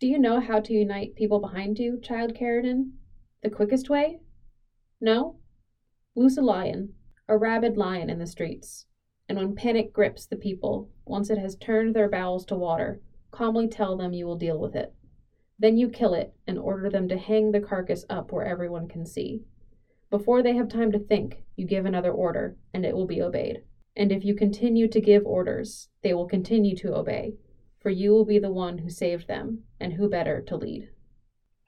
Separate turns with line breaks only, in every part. Do you know how to unite people behind you, child Carradine? The quickest way? No? Loose a lion, a rabid lion in the streets, and when panic grips the people, once it has turned their bowels to water, calmly tell them you will deal with it. Then you kill it and order them to hang the carcass up where everyone can see. Before they have time to think, you give another order, and it will be obeyed. And if you continue to give orders, they will continue to obey, for you will be the one who saved them, and who better to lead.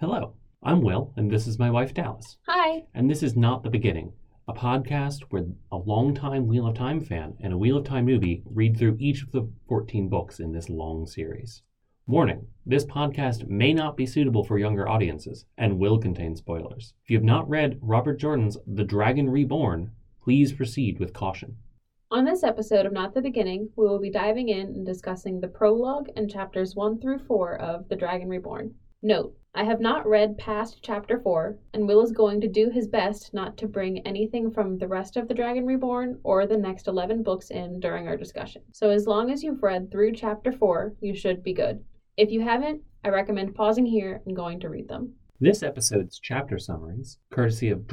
Hello, I'm Will, and this is my wife, Dallas.
Hi!
And this is Not the Beginning, a podcast where a longtime Wheel of Time fan and a Wheel of Time newbie read through each of the 14 books in this long series. Warning this podcast may not be suitable for younger audiences and will contain spoilers. If you have not read Robert Jordan's The Dragon Reborn, please proceed with caution.
On this episode of Not the Beginning, we will be diving in and discussing the prologue and chapters 1 through 4 of The Dragon Reborn. Note, I have not read past chapter 4, and Will is going to do his best not to bring anything from the rest of The Dragon Reborn or the next 11 books in during our discussion. So, as long as you've read through chapter 4, you should be good. If you haven't, I recommend pausing here and going to read them.
This episode's chapter summaries, courtesy of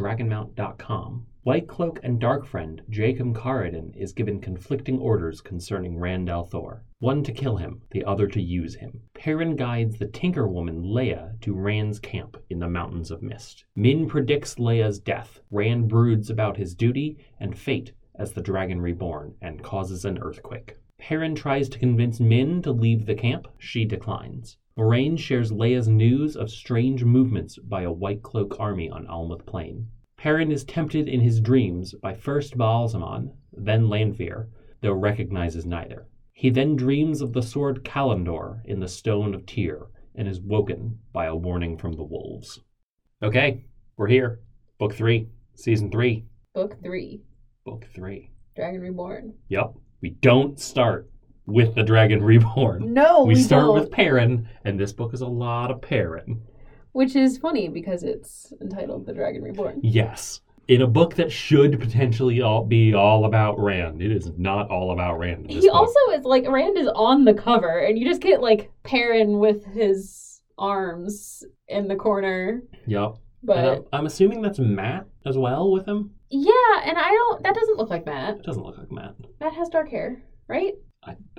dragonmount.com, White Cloak and Dark Friend Jacob Carradine is given conflicting orders concerning Randall Thor. One to kill him, the other to use him. Perrin guides the Tinker Woman Leia to Rand's camp in the Mountains of Mist. Min predicts Leia's death. Rand broods about his duty and fate as the Dragon Reborn and causes an earthquake. Perrin tries to convince Min to leave the camp. She declines. Moraine shares Leia's news of strange movements by a White Cloak army on Almuth Plain. Perrin is tempted in his dreams by first Baalzamon, then Lanfear, though recognizes neither. He then dreams of the sword Kalimdor in the Stone of Tyr and is woken by a warning from the wolves. Okay, we're here. Book three, season three.
Book 3
Book three.
Dragon Reborn.
Yep. We don't start with the Dragon Reborn.
No,
we, start with Perrin, and this book is a lot of Perrin.
Which is funny because it's entitled The Dragon Reborn.
Yes. In a book that should potentially all be all about Rand, it is not all about Rand. in this
He
book.
also is like Rand is on the cover, and you just get like Perrin with his arms in the corner.
Yep.
But
And I'm, I'm assuming that's Matt as well with him.
yeah, and I don't. That doesn't look like Matt.
It doesn't look like Matt.
Matt has dark hair, right?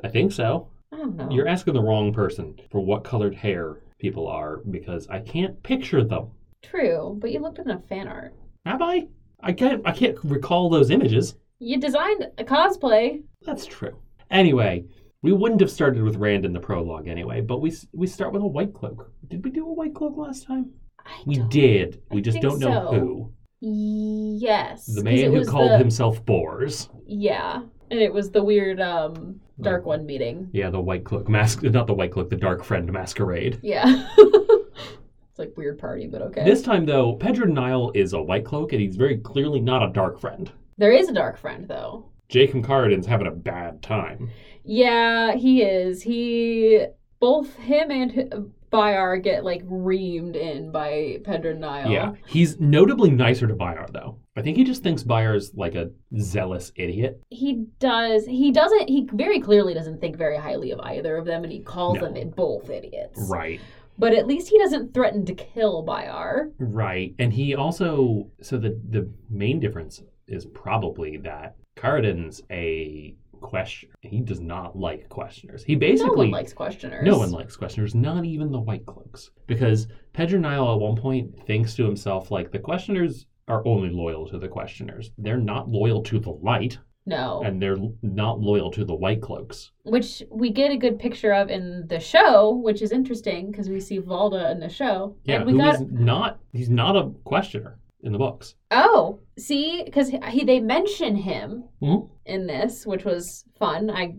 I think so.
I don't know.
You're asking the wrong person for what colored hair people are because I can't picture them.
True, but you looked at a fan art.
Have I? I can't. I can't recall those images.
You designed a cosplay.
That's true. Anyway, we wouldn't have started with Rand in the prologue anyway, but we s- we start with a white cloak. Did we do a white cloak last time?
I
We
don't-
did. We just
think
don't know
so.
who.
Yes.
The
'cause
man
it
who
was
called
the-
himself Bors.
Yeah, and it was the weird um dark one meeting.
Yeah, the white cloak mask. Not the white cloak. The dark friend masquerade.
Yeah. it's like weird party, but okay.
This time though, Pedro Nile is a white cloak, and he's very clearly not a dark friend.
There is a dark friend though.
Jake and Carradine's having a bad time.
Yeah, he is. He both him and hi- Bayar get like reamed in by Pedro Nile.
Yeah, he's notably nicer to Bayar though. I think he just thinks Bayar's like a zealous idiot.
He does. He doesn't. He very clearly doesn't think very highly of either of them, and he calls
No.
them i- both idiots.
Right.
But at least he doesn't threaten to kill Bayar.
Right. And he also so the the main difference is probably that Carradine's a question he does not like questioners. He
no
basically
one likes questioners.
no one likes questioners, not even the white cloaks. Because Pedro Nile at one point thinks to himself like the questioners are only loyal to the questioners. They're not loyal to the light
No.
and they're not loyal to the white cloaks.
Which we get a good picture of in the show, which is interesting because we see Valda in the show.
Yeah,
and we
who
got
is not he's not a questioner in the books.
Oh, see, because he they mention him
Mhm.
in this, which was fun. I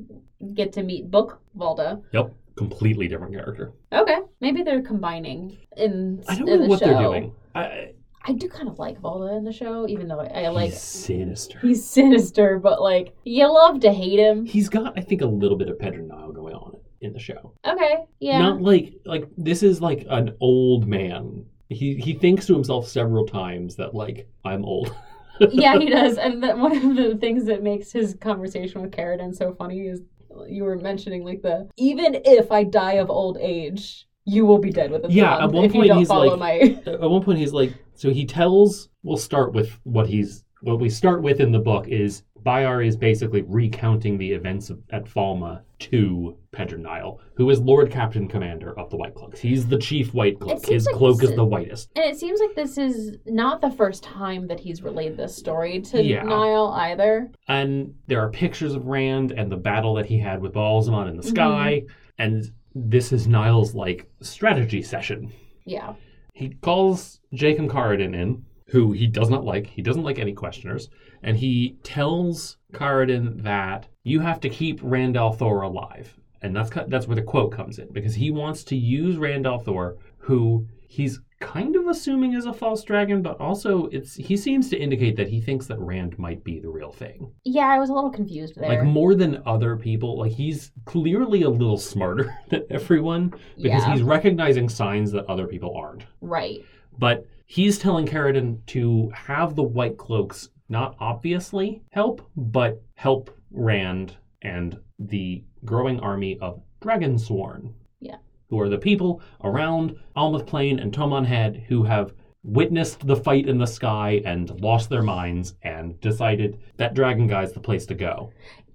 get to meet Book Valda.
Yep. Completely different character.
Okay, maybe they're combining in.
I don't
in
know
the
what they're
show.
doing. I,
I do kind of like Valda in the show, even though I, I like
he's sinister.
he's sinister, but like you love to hate him.
He's got, I think, a little bit of Pedro Nile going on in the show.
Okay, yeah,
Not like like this is like an old man. He he thinks to himself several times that like I'm old.
yeah, he does. And that one of the things that makes his conversation with Carradine so funny is you were mentioning like the even if I die of old age, you will be dead within the
Yeah,
month
at one
if you
point
don't
he's
follow
like-
my
At one point, he's like, so he tells. We'll start with what he's. What we start with in the book is Bayar is basically recounting the events of, at Falma to Pedronile, who is Lord Captain Commander of the White Cloaks. He's the chief White Cloak.
seems
His
like
cloak
this
is
is-
the whitest.
And it seems like this is not the first time that he's relayed this story to
Yeah.
Niall either.
And there are pictures of Rand and the battle that he had with Balzamon in the sky. And this is Nile's like strategy session.
Yeah.
He calls Jacob Carradine in, who he does not like. He doesn't like any questioners. And he tells Carradine that you have to keep Randall Thor alive. And that's, ki- that's where the quote comes in, because he wants to use Randall Thor, who he's kind of assuming is a false dragon, but also it's he seems to indicate that he thinks that Rand might be the real thing.
Yeah, I was a little confused there.
Like more than other people, like he's clearly a little smarter than everyone because
yeah.
he's recognizing signs that other people aren't.
right.
But he's telling Carradine to have the White Cloaks not obviously help, but help Rand and the growing army of Dragonsworn.
Yeah.
Who are the people around Almuth Plain and Tomon Head who have witnessed the fight in the sky and lost their minds and decided that Dragon Guy's the place to go.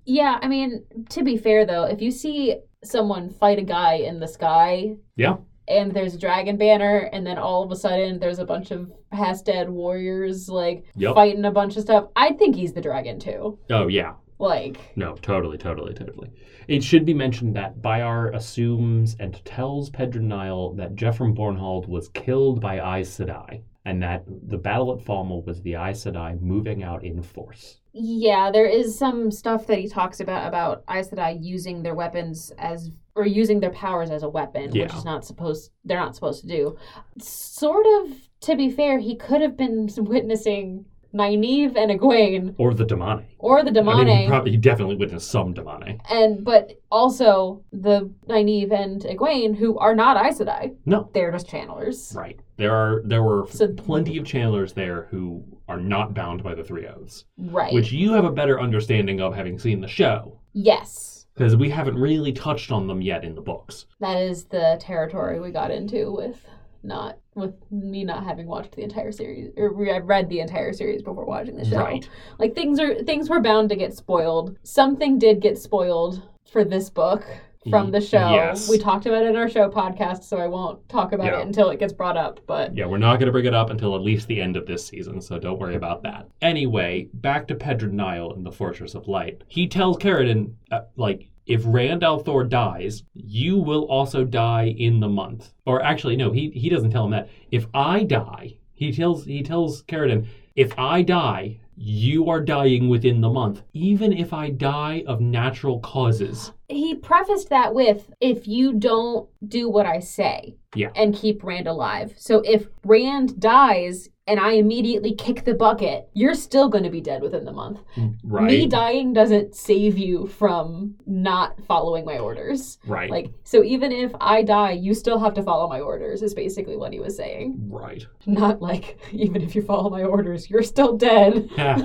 Yeah, I mean, to be fair though, if you see someone fight a guy in the sky,
Yeah.
and there's a dragon banner, and then all of a sudden there's a bunch of Hastad warriors like
Yep.
fighting a bunch of stuff, I think he's the dragon too.
Oh, yeah.
Like,
No, totally, totally, totally. It should be mentioned that Bayar assumes and tells Pedronile that Jeffrem Bornhold was killed by Aes Sedai, and that the battle at Falmel was the Aes Sedai moving out in force.
yeah, there is some stuff that he talks about about Aes Sedai using their weapons as or using their powers as a weapon, which
Yeah.
is not supposed they're not supposed to do. Sort of to be fair, he could have been witnessing Nynaeve and Egwene
Or the Demane.
or the Demane.
I mean, he, probably, he definitely witnessed some Demane.
and but also the Nynaeve and Egwene, who are not Aes Sedai.
No.
They're just channelers.
Right. There are there were
So-
plenty of channelers there who are not bound by the three oaths,
Right.
which you have a better understanding of having seen the show,
yes.
because we haven't really touched on them yet in the books.
That is the territory we got into with not with me not having watched the entire series or re- I've read the entire series before watching the show.
Right.
Like things are things were bound to get spoiled. Something did get spoiled for this book from the show.
Yes.
We talked about it in our show podcast, so I won't talk about
Yeah.
it until it gets brought up, but
Yeah, we're not going to bring it up until at least the end of this season, so don't worry about that. Anyway, back to Pedronile in the Fortress of Light. He tells Carradine, uh, like, if Rand Althor dies, you will also die in the month. Or actually, no, he, he doesn't tell him that. If I die, he tells he tells Carradine, if I die, you are dying within the month, even if I die of natural causes.
he prefaced that with if you don't do what I say
Yeah.
and keep Rand alive. So if Rand dies and I immediately kick the bucket, you're still going to be dead within the month.
Right.
Me dying doesn't save you from not following my orders.
right.
Like so even if I die, you still have to follow my orders is basically what he was saying.
right.
Not like even if you follow my orders, you're still dead.
Yeah.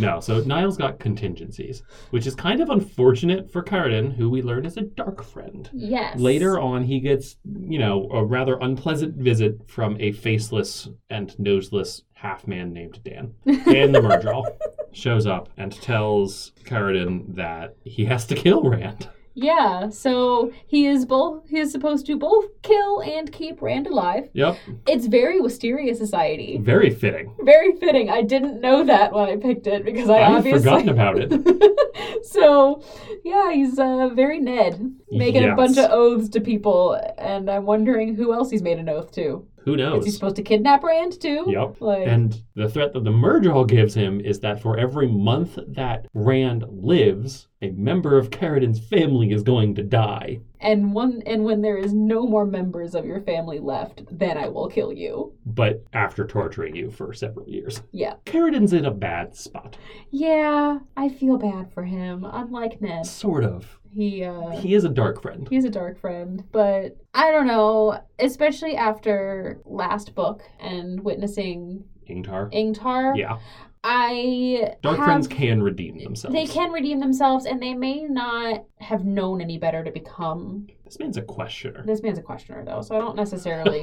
No, so Niall's got contingencies, which is kind of unfortunate for Carden, who we learn is a dark friend.
yes.
Later on, he gets, you know, a rather unpleasant visit from a faceless and noseless half man named Dan. Dan the Murdral shows up and tells Carden that he has to kill Rand.
Yeah, so he is both he is supposed to both kill and keep Rand alive.
Yep,
It's very Wisteria Society.
very fitting.
Very fitting. I didn't know that when I picked it because I,
I'd
obviously
forgotten about it.
so yeah, he's uh, very Ned, making a
Yes.
bunch of oaths to people, and I'm wondering who else he's made an oath to.
Who
Is he
knows?
supposed to kidnap Rand too?
Yep.
Like,
Oh, And the threat that the merger hall gives him is that for every month that Rand lives, a member of Carradine's family is going to die.
and one and when there is no more members of your family left, then I will kill you.
But after torturing you for several years,
Yeah.
Carradine's in a bad spot.
Yeah, I feel bad for him. Unlike Ned,
Sort of.
he uh
He is a dark friend.
he's a dark friend, but I don't know, especially after last book and witnessing
Ingtar.
Ingtar.
Yeah.
I
Dark
have-
friends can redeem themselves.
They can redeem themselves, and they may not have known any better to become.
This man's a questioner.
This man's a questioner, though, so I don't necessarily.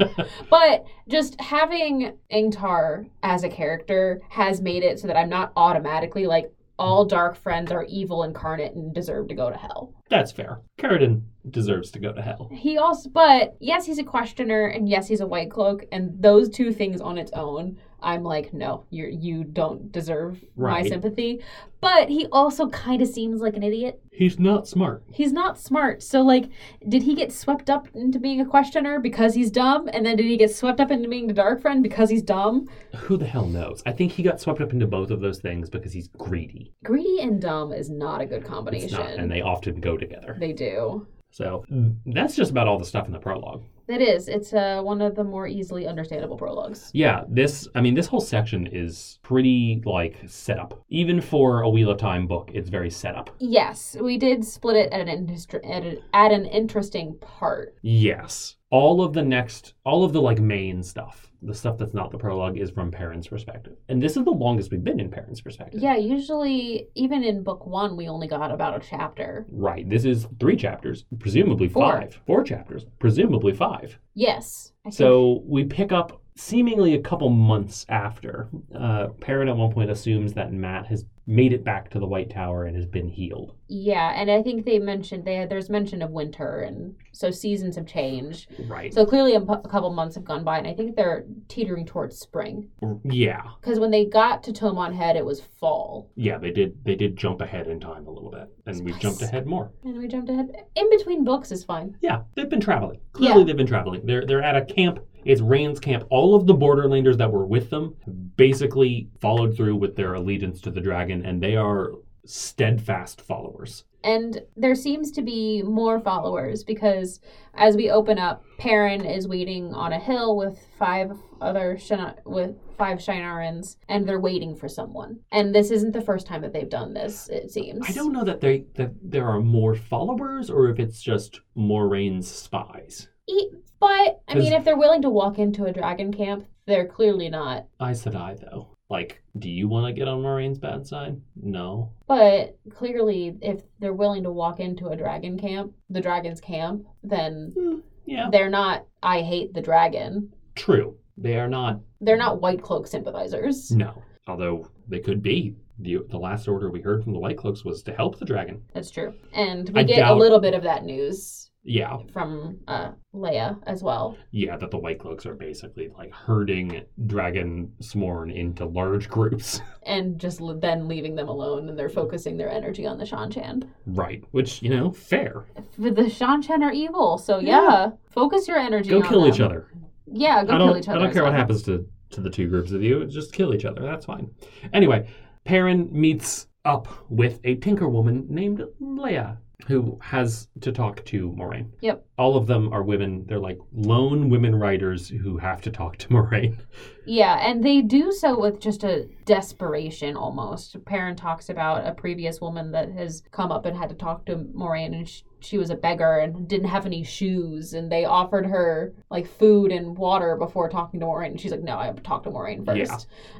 but just having Ingtar as a character has made it so that I'm not automatically like all dark friends are evil incarnate and deserve to go to hell.
That's fair. Carradine deserves to go to hell.
He also, but yes, he's a questioner, and yes, he's a white cloak, and those two things on its own, I'm like, no, you you don't deserve
Right.
my sympathy. But he also kind of seems like an idiot.
He's not smart.
He's not smart, so like, did he get swept up into being a questioner because he's dumb, and then did he get swept up into being a dark friend because he's dumb?
Who the hell knows? I think he got swept up into both of those things because he's greedy.
Greedy and dumb is not a good
It's
combination.
not, and they often go together.
they do.
So that's just about all the stuff in the prologue.
That is, it's uh, one of the more easily understandable prologues.
Yeah, this I mean this whole section is pretty like set up. Even for a Wheel of Time book, it's very set up.
Yes, we did split it at an interest at, a- at an interesting part.
Yes. All of the next all of the like main stuff, the stuff that's not the prologue is from parents' perspective. And this is the longest we've been in parents' perspective.
Yeah, usually even in book one, we only got about a chapter.
Right. This is three chapters, presumably
Four.
five. Four chapters, presumably five.
Yes. I think-
So we pick up seemingly a couple months after. Uh, Perrin at one point assumes that Matt has made it back to the White Tower and has been healed.
yeah, and I think they mentioned they there's mention of winter, and so seasons have changed.
Right.
So clearly, a, pu- a couple months have gone by, and I think they're teetering towards spring.
yeah.
Because when they got to Tomon Head, it was fall,
Yeah, they did they did jump ahead in time a little bit. And we've jumped
Spice.
ahead more.
and we jumped ahead. In between books is fine.
Yeah. They've been traveling. Clearly
Yeah.
they've been traveling. They're they're at a camp. It's Rand's camp. All of the borderlanders that were with them basically followed through with their allegiance to the dragon and they are steadfast followers.
And there seems to be more followers because as we open up, Perrin is waiting on a hill with five other Shina- with five Shinarans, and they're waiting for someone. And this isn't the first time that they've done this. It seems.
I don't know that they that there are more followers or if it's just Moraine's spies.
E- but I mean,
Because-
if they're willing to walk into a dragon camp, they're clearly not.
I said I though. Like, do you want to get on Moraine's bad side? No.
But clearly, if they're willing to walk into a dragon camp, the dragon's camp, then
Yeah.
they're not. I hate the dragon.
True. They are not.
They're not white cloak sympathizers.
No. Although they could be. The, the last order we heard from the White Cloaks was to help the dragon.
That's true. And we
I
get
doubt-
a little bit of that news
Yeah.
from uh, Leia as well.
Yeah, that the White Cloaks are basically like herding dragon sworn into large groups.
And just l- then leaving them alone and they're focusing their energy on the Shan Chan.
right. Which, you know, fair.
The the Shan Chan are evil, so
Yeah.
yeah, focus your energy
Go
on
kill
them.
each other.
Yeah, go
I
kill
don't,
each other.
I don't care what
so.
happens to, to the two groups of you. Just kill each other. That's fine. Anyway, Perrin meets up with a tinker woman named Leia, who has to talk to Moraine.
Yep.
All of them are women. They're like lone women writers who have to talk to Moraine.
Yeah, and they do so with just a desperation almost. Perrin talks about a previous woman that has come up and had to talk to Moraine, and she, she was a beggar and didn't have any shoes, and they offered her like food and water before talking to Moraine. And she's like, "No, I have to talk to Moraine first.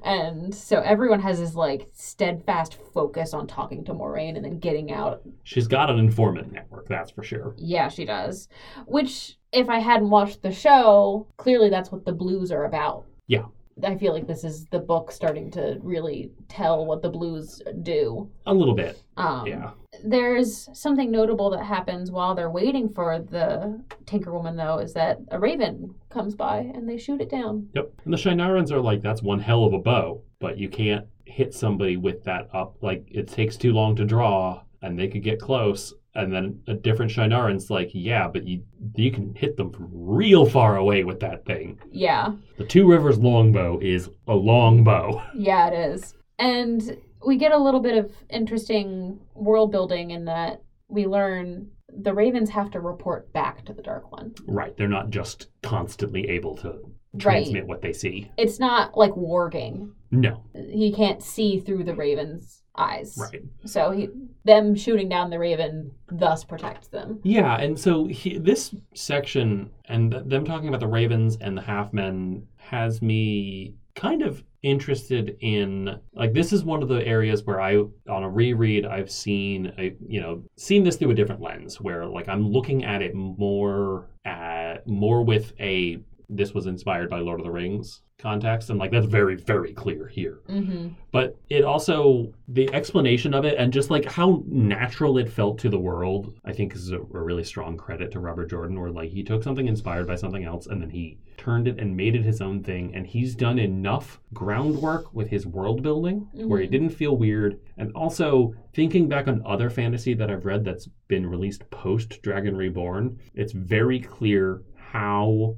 Yeah.
And so everyone has this like steadfast focus on talking to Moraine and then getting out.
She's got an informant network, that's for sure.
Yeah, she does. Which, if I hadn't watched the show, clearly that's what the blues are about.
Yeah.
I feel like this is the book starting to really tell what the blues do.
A little bit.
Um,
yeah.
There's something notable that happens while they're waiting for the Tinker Woman, though, is that a raven comes by and they shoot it down.
Yep. And the Shinarans are like, that's one hell of a bow, but you can't hit somebody with that up. Like, it takes too long to draw, and they could get close. And then a different Shinaran's like, yeah, but you you can hit them from real far away with that thing.
Yeah.
The Two Rivers longbow is a long bow.
Yeah, it is. And we get a little bit of interesting world building in that we learn the ravens have to report back to the Dark One.
Right. They're not just constantly able to
Right.
transmit what they see.
It's not like warging.
No.
He can't see through the raven's eyes.
Right.
So he them shooting down the raven thus protects them.
Yeah, and so he, this section and th- them talking about the Ravens and the Half Men has me kind of interested in like this is one of the areas where I on a reread I've seen I you know seen this through a different lens where like I'm looking at it more at more with a this was inspired by Lord of the Rings context and like that's very very clear here
Mm-hmm.
but it also the explanation of it and just like how natural it felt to the world i think is a, a really strong credit to robert jordan where like he took something inspired by something else and then he turned it and made it his own thing and he's done enough groundwork with his world building where it
Mhm.
didn't feel weird and also thinking back on other fantasy that i've read that's been released post dragon reborn it's very clear how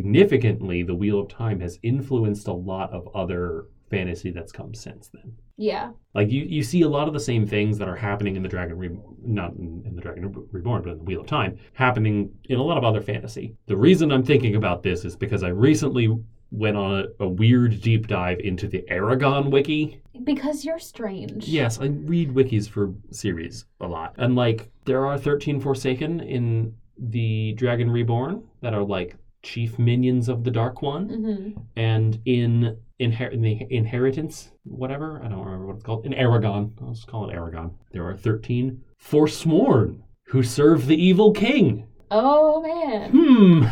significantly the wheel of time has influenced a lot of other fantasy that's come since then
Yeah.
like you, you see a lot of the same things that are happening in the dragon Re- not in, in the dragon Re- reborn but in the wheel of time happening in a lot of other fantasy the reason i'm thinking about this is because i recently went on a, a weird deep dive into the aragon wiki
Because you're strange.
Yes, I read wikis for series a lot. And like there are 13 Forsaken in the Dragon Reborn that are like chief minions of the Dark One
Mm-hmm.
and in Inher- in the Inheritance, whatever, I don't remember what it's called. In Aragon, I'll just call it Aragon. There are 13 Forsworn who serve the evil king.
Oh man.
Hmm.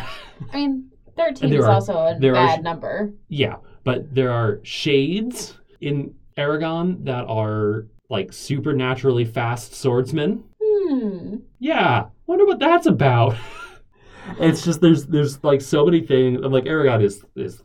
I mean, thirteen
There
is
are-
also a
there are-
bad number.
Yeah, but there are shades in Aragon that are like supernaturally fast swordsmen.
Hmm.
Yeah, wonder what that's about. it's just there's there's like so many things. I'm like Aragon is is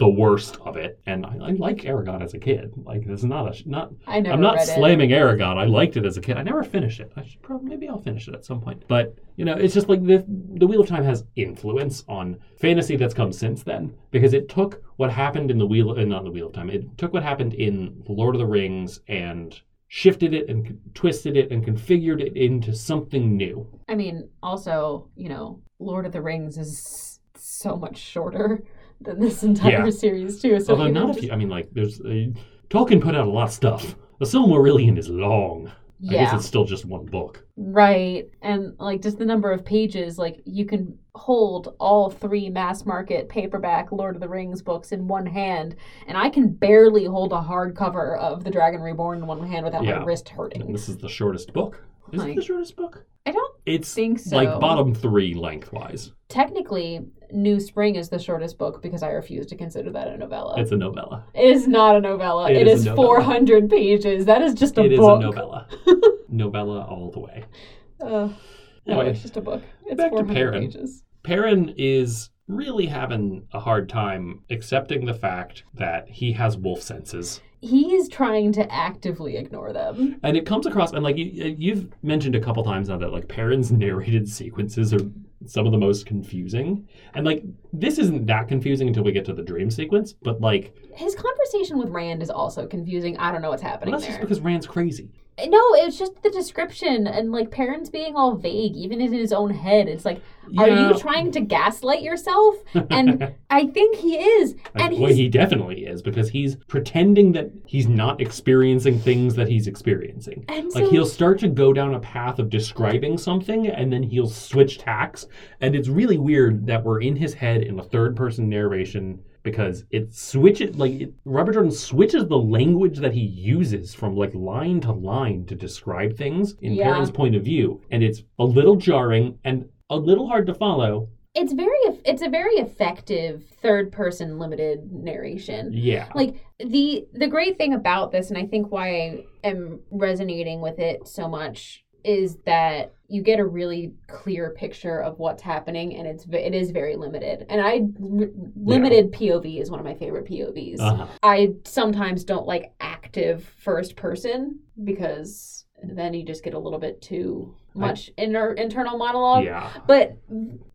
the worst of it, and I, I like Aragon as a kid. Like it's not a not.
I never
I'm not
read it.
slamming Aragon. I liked it as a kid. I never finished it. I should probably maybe I'll finish it at some point. But you know, it's just like the the Wheel of Time has influence on fantasy that's come since then because it took what happened in the Wheel uh, not the Wheel of Time. It took what happened in The Lord of the Rings and shifted it and con- twisted it and configured it into something new.
I mean, also, you know, Lord of the Rings is so much shorter than this entire
Yeah.
series too. So
Although
you
not
know,
a
just-
few. I mean, like there's uh, Tolkien put out a lot of stuff. The Silmarillion is long. I guess
Yeah.
it's still just one book.
Right. And like just the number of pages, like you can hold all three mass market paperback Lord of the Rings books in one hand, and I can barely hold a hardcover of The Dragon Reborn in one hand without
Yeah. Mm-hmm.
my wrist
And
hurting.
this is the shortest book. Is it
Like-
the shortest book?
I don't
It's
think so.
like bottom three lengthwise.
Technically, New Spring is the shortest book because I refuse to consider that a novella.
It's a novella.
it is not a novella.
It
it
is
is,
a novella.
400 pages. That is just a
It is
book.
a novella. novella all the way.
Ugh. no,
Anyway,
it's just a book. It's
back to
400
Perrin.
pages.
Perrin is really having a hard time accepting the fact that he has wolf senses.
He is trying to actively ignore them.
And it comes across, and like you, uh, you've mentioned a couple times now that like Perrin's narrated sequences are some of the most confusing. And like this isn't that confusing until we get to the dream sequence, but like
His conversation with Rand is also confusing. I don't know what's happening
well, that's just
there.
because Rand's crazy.
No, it's just the description and like parents being all vague, even in his own head. It's like, are
Yeah.
you trying to gaslight yourself? And I think he is.
I-
And
well,
he's
he definitely is because he's pretending that he's not experiencing things that he's experiencing.
and
Like
so
he'll start to go down a path of describing something and then he'll switch tacks. And it's really weird that we're in his head in a third person narration because it switches like it, Robert Jordan switches the language that he uses from like line to line to describe things in
Yeah.
Perrin's point of view. And it's a little jarring and a little hard to follow.
it's very it's a very effective third person limited narration.
Yeah.
like the the great thing about this and i think why i am resonating with it so much is that you get a really clear picture of what's happening and it's ve- it is very limited and i limited pov is one of my favorite povs
Uh-huh.
i sometimes don't like active first person because then you just get a little bit too
I-
much inner internal monologue
yeah.
but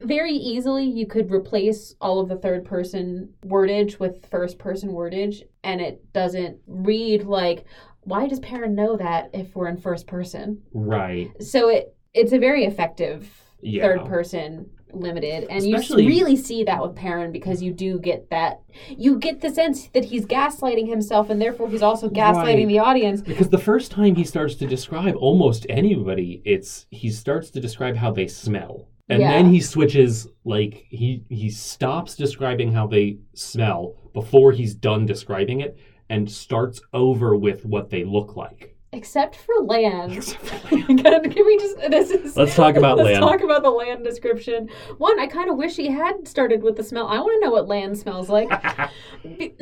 very easily, you could replace all of the third person wordage with first person wordage, and it doesn't read like, why does Perrin know that if we're in first person?
Right.
So it it's a very effective
Yeah.
third person limited, and
Especially-
you really see that with Perrin because you do get that you get the sense that he's gaslighting himself, and therefore he's also gaslighting
Right.
the audience.
Because the first time he starts to describe almost anybody, it's he starts to describe how they smell. And
Yeah.
then he switches like he he stops describing how they smell before he's done describing it and starts over with what they look like.
Except for land.
Except for Lan.
Can we just this is
Let's talk about
Let's
Lan.
talk about the land description. One, I kind of wish he had started with the smell. I want to know what land smells like. Be-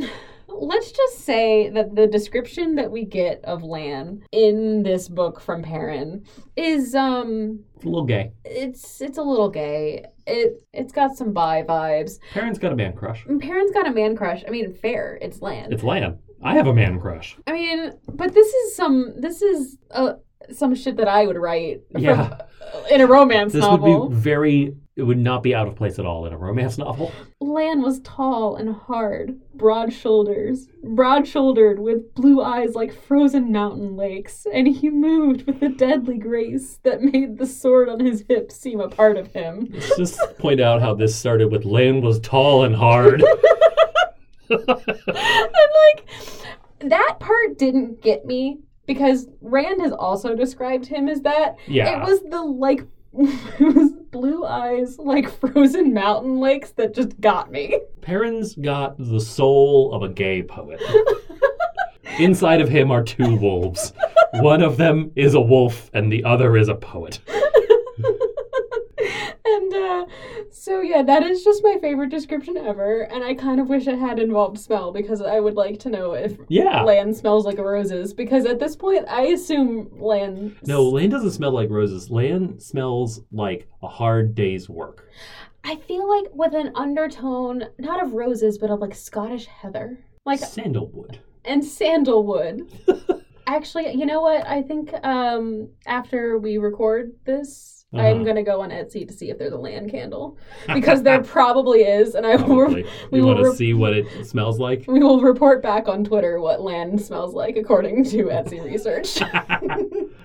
Let's just say that the description that we get of Lan in this book from Perrin is um
it's a little gay.
it's it's a little gay. It it's got some bi vibes.
Perrin's got a man crush.
And Perrin's got a man crush. I mean, fair. It's Lan.
It's Lan. I have a man crush.
I mean, but this is some this is uh some shit that I would write from- uh,
Yeah.
in a romance
This
novel.
would be very it would not be out of place at all in a romance novel.
Lan was tall and hard, broad shoulders, broad shouldered with blue eyes like frozen mountain lakes, and he moved with a deadly grace that made the sword on his hip seem a part of him.
Let's just point out how this started with Lan was tall and hard.
I'm like, that part didn't get me because Rand has also described him as that.
Yeah.
It was the like, it was blue eyes like frozen mountain lakes that just got me.
Perrin's got the soul of a gay poet. Inside of him are two wolves. One of them is a wolf, and the other is a poet.
and uh, so yeah, that is just my favorite description ever, and I kind of wish it had involved smell because I would like to know if
Yeah.
land smells like roses. Because at this point, I assume land. s-
No, Lan doesn't smell like roses. Lan smells like a hard day's work.
I feel like with an undertone, not of roses, but of like Scottish heather, like
sandalwood.
and sandalwood. Actually, you know what? I think um, after we record this, I'm
Uh-huh.
gonna go on Etsy to see if there's a land candle because there probably is, and I will
Probably.
we
you
will
want to
rep- Mm.
see what it smells like?
We will report back on Twitter what land smells like according to Etsy research.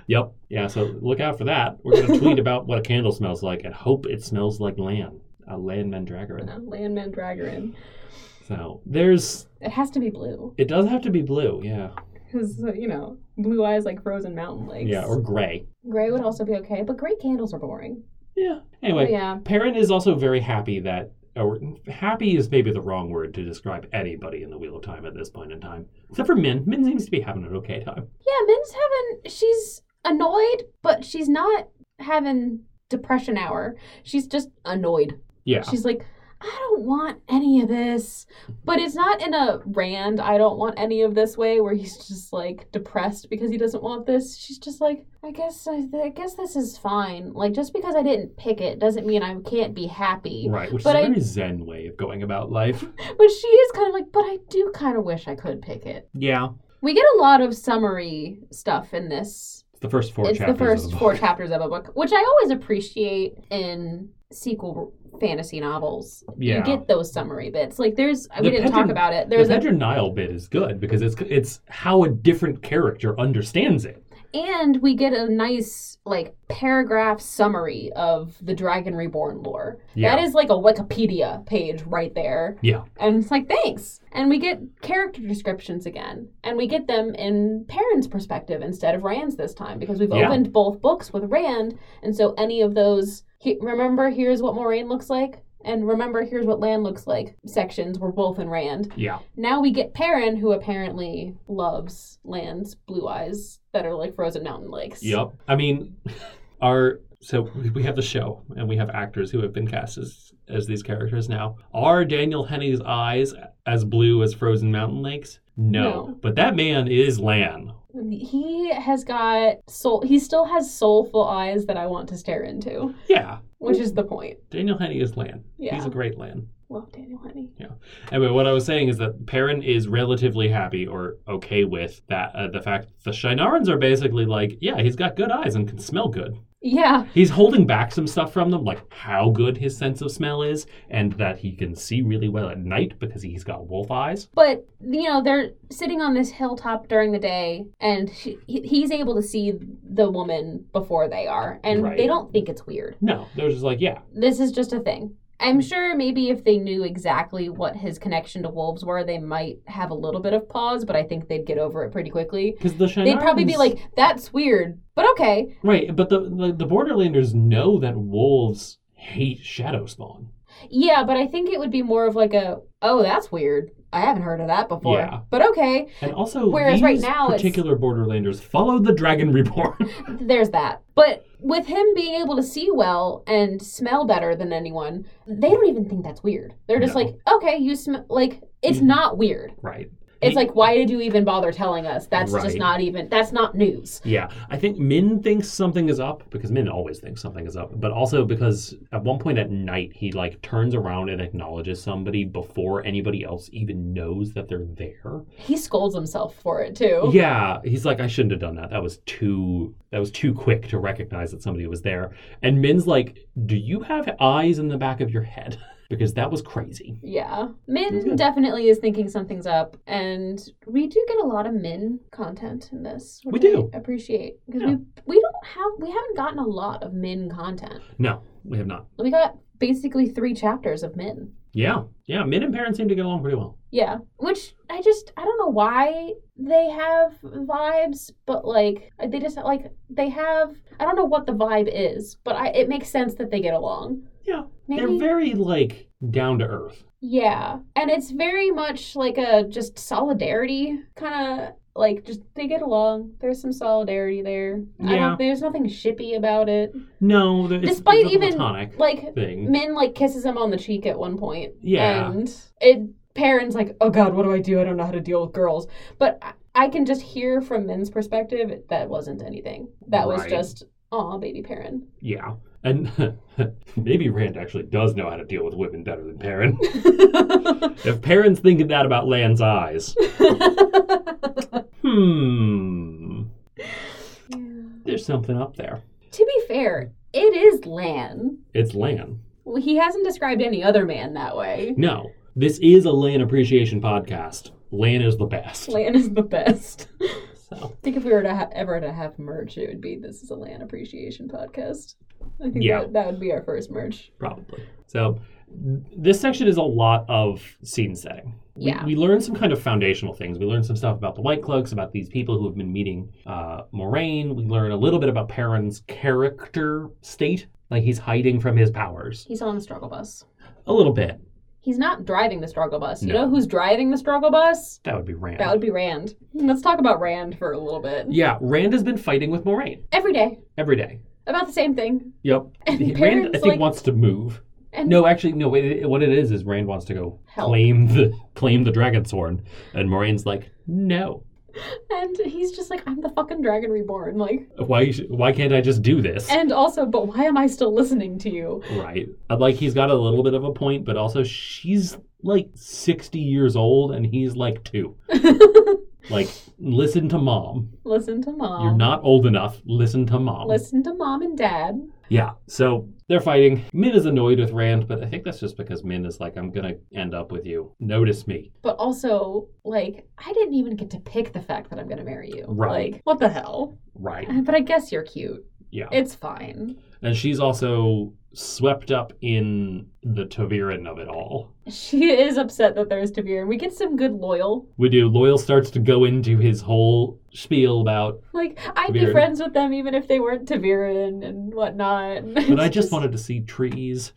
Yep. Yeah, so look out for that. We're going to tweet about what a candle smells like and hope it smells like Lan, a Lan Mandragoran.
No, land mandragoran.
So there's,
It has to be blue
it does have to be blue, yeah.
because you know blue eyes like frozen mountain lakes.
Yeah, or gray.
gray would also be okay, but gray candles are boring. Oh,
Yeah. Anyway,
yeah,
Perrin is also very happy that, or happy is maybe the wrong word to describe anybody in the Wheel of Time at this point in time, except for Min. Min seems to be having an okay time.
yeah. Min's having she's annoyed, but she's not having depression hour. She's just annoyed.
Yeah.
She's like, I don't want any of this. But it's not in a Rand, I don't want any of this way where he's just like depressed because he doesn't want this. She's just like, I guess I, I guess this is fine. Like just because I didn't pick it doesn't mean I can't be happy.
Right, which
But
is a
I-
very zen way of going about life.
But she is kind of like, but I do kind of wish I could pick it.
yeah.
We get a lot of summary stuff in this.
It's the first four
it's the
chapters.
first
of the
four
book.
chapters of a book, which I always appreciate in sequel fantasy novels.
Yeah.
you get those summary bits. Like there's
The
we didn't talk
Pedron-
about it.
the
There's a,
Pedro Nile bit is good because it's it's how a different character understands it.
and we get a nice like paragraph summary of the Dragon Reborn lore.
Yeah.
That is like a Wikipedia page right there.
Yeah.
And it's like thanks. And we get character descriptions again. And we get them in Perrin's perspective instead of Rand's this time because we've
Yeah.
opened both books with Rand and so any of those he, remember here's what Moraine looks like and remember here's what Lan looks like sections were both in Rand.
Yeah.
Now we get Perrin, who apparently loves Land's blue eyes that are like frozen mountain lakes.
Yep. I mean, our so we- we have the show and we have actors who have been cast as as these characters now. Are Daniel Henney's eyes as blue as frozen mountain lakes? No.
No.
But that man is Lan.
He has got soul. He still has soulful eyes that I want to stare into,
Yeah.
which is the point.
Daniel Henney is Lan.
Yeah.
He's a great Lan.
Love Daniel Honey.
Anyway, what I was saying is that Perrin is relatively happy or okay with that uh, the fact the Shinarans are basically like, yeah, he's got good eyes and can smell good.
Yeah,
He's holding back some stuff from them, like how good his sense of smell is, and that he can see really well at night because he's got wolf eyes.
but you know they're sitting on this hilltop during the day, and she, he, he's able to see the woman before they are, and
Right.
they don't think it's weird.
No, they're just like, yeah,
this is just a thing. I'm sure maybe if they knew exactly what his connection to wolves were, they might have a little bit of pause, but I think they'd get over it pretty quickly.
because the Shinarans.
They'd probably be like, that's weird, but okay.
right, but the, the the Borderlanders know that wolves hate Shadow Spawn.
Yeah, but I think it would be more of like a, oh, that's weird. I haven't heard of that before.
Yeah.
But okay,
And also,
Whereas
these
right now it's-
particular Borderlanders followed the Dragon Reborn.
there's that. But with him being able to see well and smell better than anyone, they don't even think that's weird. They're just
No.
like, okay, you smell like it's
Mhm.
not weird.
right.
It's
He-
like, why did you even bother telling us? That's
Right.
just not even. That's not news.
Yeah, I think Min thinks something is up because Min always thinks something is up, but also because at one point at night he like turns around and acknowledges somebody before anybody else even knows that they're there.
He scolds himself for it too.
Yeah, he's like I shouldn't have done that. That was too that was too quick to recognize that somebody was there. And Min's like, "Do you have eyes in the back of your head?" because that was crazy.
Yeah.
That's
Min
good.
definitely is thinking something's up, and we do get a lot of Min content in this. which
We
I
do.
appreciate because
Yeah.
we we don't have we haven't gotten a lot of Min content.
No, we have not.
We got basically three chapters of Min.
Yeah. Yeah, Min and Parent seem to get along pretty well.
Yeah, which I just I don't know why they have vibes, but like they just like they have I don't know what the vibe is, but I it makes sense that they get along.
Yeah.
Maybe
They're very like down to earth.
Yeah. And it's very much like a just solidarity kind of like just they get along. There's some solidarity there. I
Yeah.
don't, there's nothing shippy about it.
No, there- it's,
Despite
it's a
even-
platonic
Like
thing.
Min like kisses him on the cheek at one point.
Yeah.
And it Perrin's like, "Oh god, what do I do? I don't know how to deal with girls." But I, I can just hear from Min's perspective that wasn't anything. That was
Right.
just, "Aw, baby Perrin."
Yeah. And maybe Rand actually does know how to deal with women better than Perrin. if Perrin's thinking that about Land's eyes, hmm, there's something up there.
To be fair, it is Lan.
It's Lan.
Well, he hasn't described any other man that way.
No, this is a Lan appreciation podcast. Lan is the best.
Lan is the best. I
So,
think if we were to ha- ever to have merch, it would be this is a Lan appreciation podcast. I think
Yeah.
that, that would be our first merch.
probably. So, this section is a lot of scene setting.
Yeah.
we learn some kind of foundational things. We learn some stuff about the White Cloaks, about these people who have been meeting uh, Moraine. We learn a little bit about Perrin's character state, like he's hiding from his powers
He's on the struggle bus.
a little bit.
He's not driving the struggle bus. You
No.
know who's driving the struggle bus?
That would be Rand.
That would be Rand. Let's talk about Rand for a little bit.
yeah, Rand has been fighting with Moraine
Every day,
every day.
about the same thing.
Yep. Rand, I
Perrin's
think,
like-
wants to move.
And
No, actually, no. It, it- what it is is Rand wants to go
Help.
claim the claim the dragon sworn, and Moraine's like, "No,
and he's just like, I'm the fucking dragon reborn. Like,
why? sh- Why can't I just do this?"
and also, but why am I still listening to you?
Right. Uh, Like he's got a little bit of a point, but also she's like 60 years old and he's like 2. Like listen to mom.
Listen to mom.
You're not old enough. Listen to mom.
Listen to mom and dad.
Yeah. So they're fighting. Min is annoyed with Rand, but I think that's just because Min is like I'm going to end up with you. Notice me.
But also, like, I didn't even get to pick the fact that I'm gonna marry you.
Right.
Like, what the hell?
Right.
But I guess you're cute.
Yeah.
It's fine.
And she's also swept up in the Taviran of it all.
She is upset that there's Tavir, and we get some good loyal.
We do. Loyal starts to go into his whole spiel about,
Like, I'd be
Taviran.
friends with them even if they weren't Taviran and whatnot.
but I just wanted to see trees.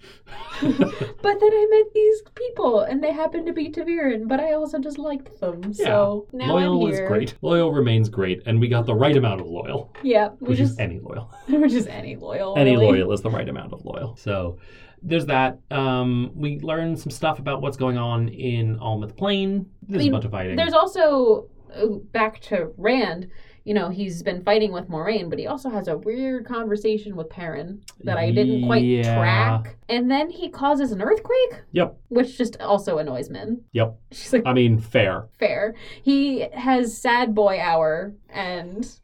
But then I met these people, and they happened to be Taviran, but I also just liked them. So now
loyal
I'm here.
is great. Loyal remains great, and we got the right amount of loyal,
Yeah, we
which
just
is any loyal.
we're just any loyal.
Any
really.
loyal is the right amount of loyal. So there's that. Um, we learn some stuff about what's going on in Almouth Plain. There's
I mean,
a bunch of fighting.
There's also uh, back to Rand. You know, he's been fighting with Moraine, but he also has a weird conversation with Perrin that I didn't quite
Yeah.
track. And then he causes an earthquake.
Yep.
Which just also annoys men.
Yep.
She's like,
I mean, fair.
fair. He has sad boy hour, and
It's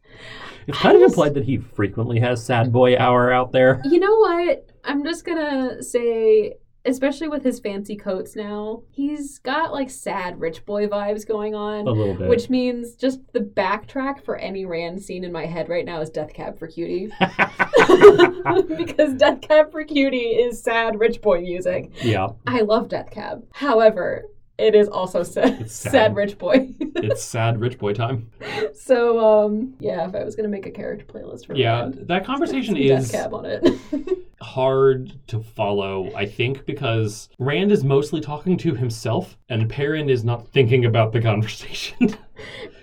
I
kind of
just-
implied that he frequently has sad boy hour out there.
you know what? I'm just gonna say. Especially with his fancy coats now, he's got like sad rich boy vibes going on.
A little bit.
Which means just the backtrack for any Rand scene in my head right now is Death Cab for Cutie. because Death Cab for Cutie is sad rich boy music.
yeah.
I love Death Cab. However, It is also sad.
It's
Sad.
sad.
rich boy.
it's sad rich boy time.
so um yeah, if I was gonna make a character playlist for
Yeah,
Rand,
that conversation
some Death
is
cab on it.
hard to follow, I think, because Rand is mostly talking to himself and Perrin is not thinking about the conversation.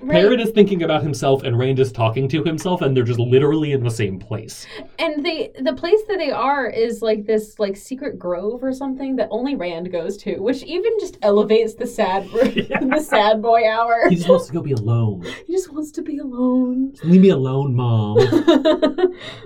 Perrin is thinking about himself and Rand is talking to himself and they're just literally in the same place.
And they the place that they are is like this like secret grove or something that only Rand goes to, which even just elevates the sad the sad boy hour.
He just wants to go be alone.
He just wants to be alone.
Leave me alone, mom.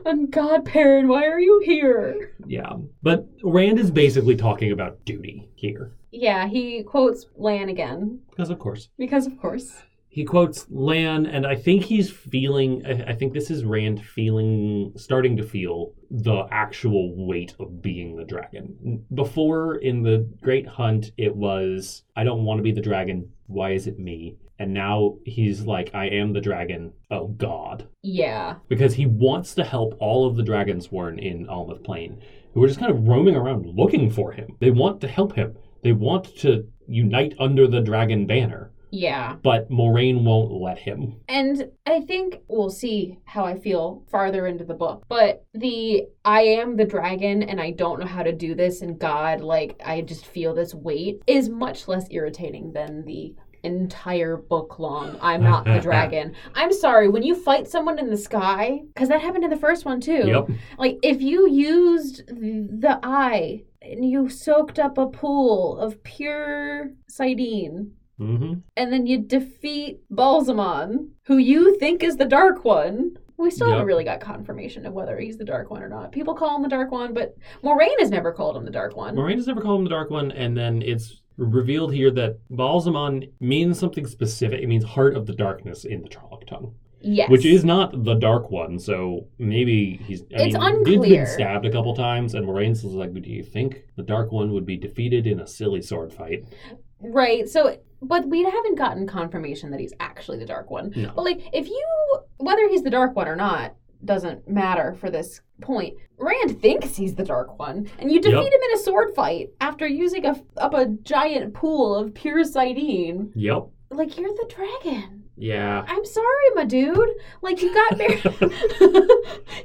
and God, Perrin, why are you here?
Yeah. But Rand is basically talking about duty here.
Yeah, he quotes Lan again
Because, of course,
because, of course,
he quotes Lan, and I think he's feeling, I I think this is Rand feeling, starting to feel the actual weight of being the dragon. Before in the Great Hunt, it was, I don't want to be the dragon. Why is it me? And now he's like, I am the dragon. Oh, God.
yeah,
because he wants to help all of the Dragonsworn in Almouth Plain, who are just kind of roaming around looking for him. They want to help him. They want to unite under the dragon banner,
yeah.
but Moraine won't let him.
And I think we'll see how I feel farther into the book. But the I am the dragon and I don't know how to do this and God, like, I just feel this weight is much less irritating than the entire book long I'm not the dragon. I'm sorry, when you fight someone in the sky, because that happened in the first one too.
Yep.
Like, if you used the I and you soaked up a pool of pure sidine
hmm
and then you defeat Balzamon, who you think is the Dark One. We still haven't
Yep.
really got confirmation of whether he's the Dark One or not. People call him the Dark One, but Moraine has never called him the Dark One.
Moraine has never called him the Dark One, and then it's revealed here that Balzamon means something specific. It means Heart of the Darkness in the Trolloc tongue,
yes.
which is not the Dark One, so maybe he's. I
It's
mean, He's
unclear.
been stabbed a couple times, and Moraine's like, Do you think the Dark One would be defeated in a silly sword fight?
Right. So, but we haven't gotten confirmation that he's actually the Dark One.
No.
But, like, if you, whether he's the Dark One or not, doesn't matter for this point. Rand thinks he's the Dark One, and you defeat
Yep.
him in a sword fight after using a, up a giant pool of pure sidine.
Yep.
Like, you're the dragon.
Yeah.
I'm sorry, my dude. Like you got mar-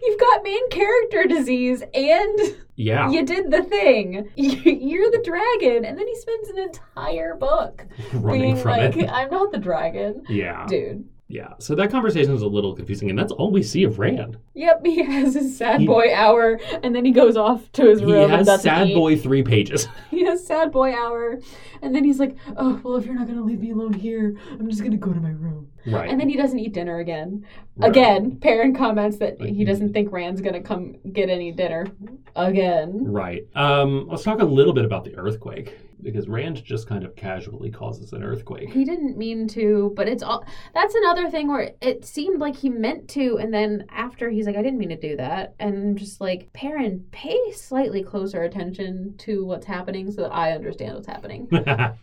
you've got main character disease, and
Yeah.
you did the thing. You're the dragon, and then he spends an entire book
Running
being
from
like,
it.
"I'm not the dragon,
Yeah.
dude."
Yeah. So that conversation is a little confusing, and that's all we see of Rand.
Yep, he has his sad
He-
boy hour, and then he goes off to his
He
room and
has
doesn't
sad
eat.
boy three pages.
He has sad boy hour, and then he's like, "Oh well, if you're not gonna leave me alone here, I'm just gonna go to my room."
right.
And then he doesn't eat dinner again.
Right.
Again, Perrin comments that
Like-
he doesn't think Rand's gonna come get any dinner again.
Right. Um, let's talk a little bit about the earthquake because Rand just kind of casually causes an earthquake.
He didn't mean to, but it's all that's another thing where it seemed like he meant to, and then after he's like, I didn't mean to do that. And I'm just like, Perrin, pay slightly closer attention to what's happening so that I understand what's happening.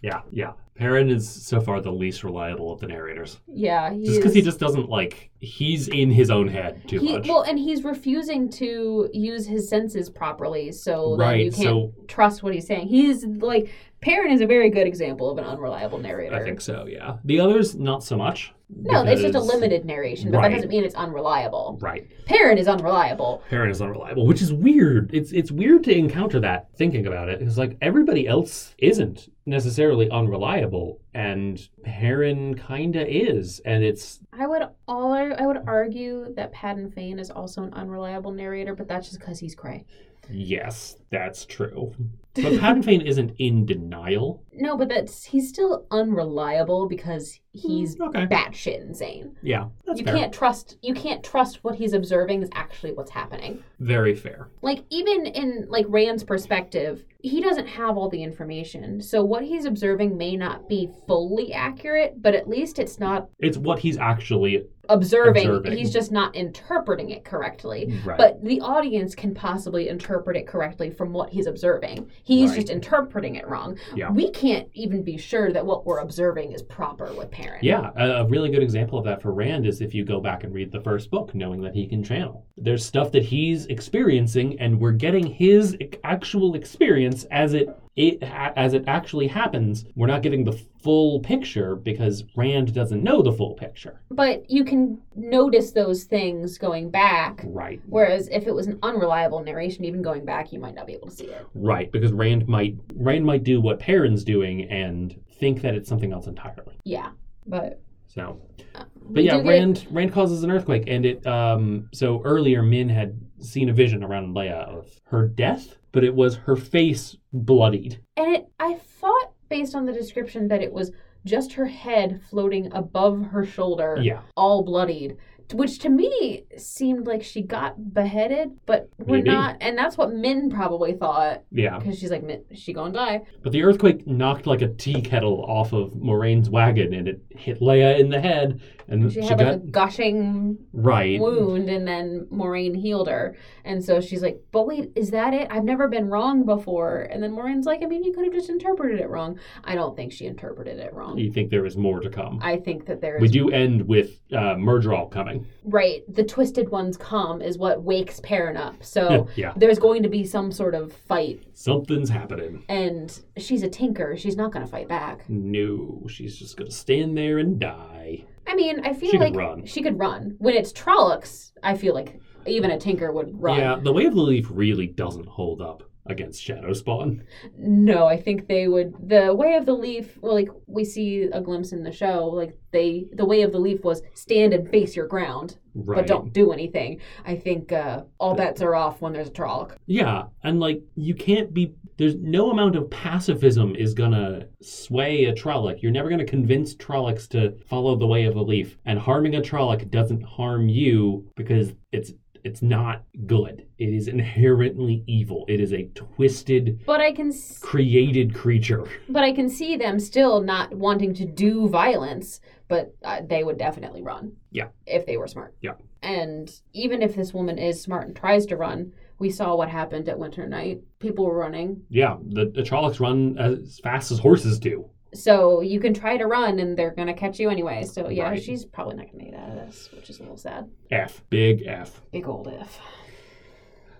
yeah. Yeah. Perrin is so far the least reliable of the narrators.
Yeah, he
Just because he
is-
just doesn't like he's in his own head too
he-
much.
well, and he's refusing to use his senses properly, so that you
right.
can't
So
trust what he's saying. He's like Perrin is a very good example of an unreliable narrator.
I think so. Yeah. The others not so much.
no, it's just a
because-
limited narration, but
Right.
that doesn't mean it's unreliable.
Right.
Perrin is unreliable.
Perrin is unreliable, which is weird. It's it's weird to encounter that thinking about it. It's like everybody else isn't necessarily unreliable, and Perrin kinda is, and it's
I would all I would argue that Padden Fane is also an unreliable narrator, but that's just because he's cray.
yes, that's true. But Padden isn't in denial.
No, but that's he's still unreliable because he's
Mm, okay.
batshit insane.
Yeah, that's
you
fair.
can't trust you can't trust what he's observing is actually what's happening.
Very fair.
like even in like rand's perspective he doesn't have all the information so what he's observing may not be fully accurate but at least it's not
It's what he's actually
observing,
Observing.
he's just not interpreting it correctly
right.
but the audience can possibly interpret it correctly from what he's observing he's
Right.
just interpreting it wrong
Yeah.
we can't even be sure that what we're observing is proper with parent
Yeah, a, a really good example of that for Rand is if you go back and read the first book, knowing that he can channel. There's stuff that he's experiencing, and we're getting his e- actual experience as it It, a- as it actually happens, we're not getting the full picture because Rand doesn't know the full picture.
But you can notice those things going back.
Right.
Whereas if it was an unreliable narration, even going back, you might not be able to see it.
Right, because Rand might Rand might do what Perrin's doing and think that it's something else entirely.
Yeah, but
So,
uh, we
but yeah,
do get-
Rand Rand causes an earthquake, and it um so earlier Min had seen a vision around Leia of her death, but it was her face bloodied.
and it, I thought based on the description that it was just her head floating above her shoulder,
Yeah,
all bloodied, t- which to me seemed like she got beheaded, but we're
Maybe.
not. And that's what Min probably thought
yeah.
because she's like, "Min, she gonna die.
But the earthquake knocked like a tea kettle off of Moraine's wagon, and it hit Leia in the head, and
She
Mm, she,
had
got
like a gushing
right.
wound and then Maureen healed her. And so she's like, But wait, is that it? I've never been wrong before. And then Maureen's like, I mean, you could have just interpreted it wrong. I don't think she interpreted it wrong.
You think there is more to come?
I think that there
we
is
do end with uh, Murdral coming.
right, the twisted ones come is what wakes Perrin up. So
yeah,
there's going to be some sort of fight
something's happening.
and she's a tinker. She's not gonna fight back.
No, she's just gonna stand there and die.
I mean, I feel
She could
like
run.
she could run. When it's Trollocs, I feel like even a tinker would run.
Yeah, the Way of the Leaf really doesn't hold up against Shadow Spawn.
No, I think they would. The way of the leaf, well, like we see a glimpse in the show, like they, the way of the leaf was stand and face your ground,
Right.
but don't do anything. I think uh, all bets are off when there's a Trolloc.
Yeah, and like you can't be. There's no amount of pacifism is gonna sway a Trolloc. You're never gonna convince Trollocs to follow the way of the leaf. And harming a Trolloc doesn't harm you because it's it's not good. It is inherently evil. It is a twisted,
But I can, s-
created creature.
but I can see them still not wanting to do violence, but uh, they would definitely run.
Yeah.
if they were smart.
Yeah.
and even if this woman is smart and tries to run, we saw what happened at Winter Night. People were running.
Yeah, the, the Trollocs run as fast as horses do.
So you can try to run and they're going to catch you anyway. So yeah,
Right.
she's probably not going to make it out of this, which is a little sad.
F. Big F.
Big old if.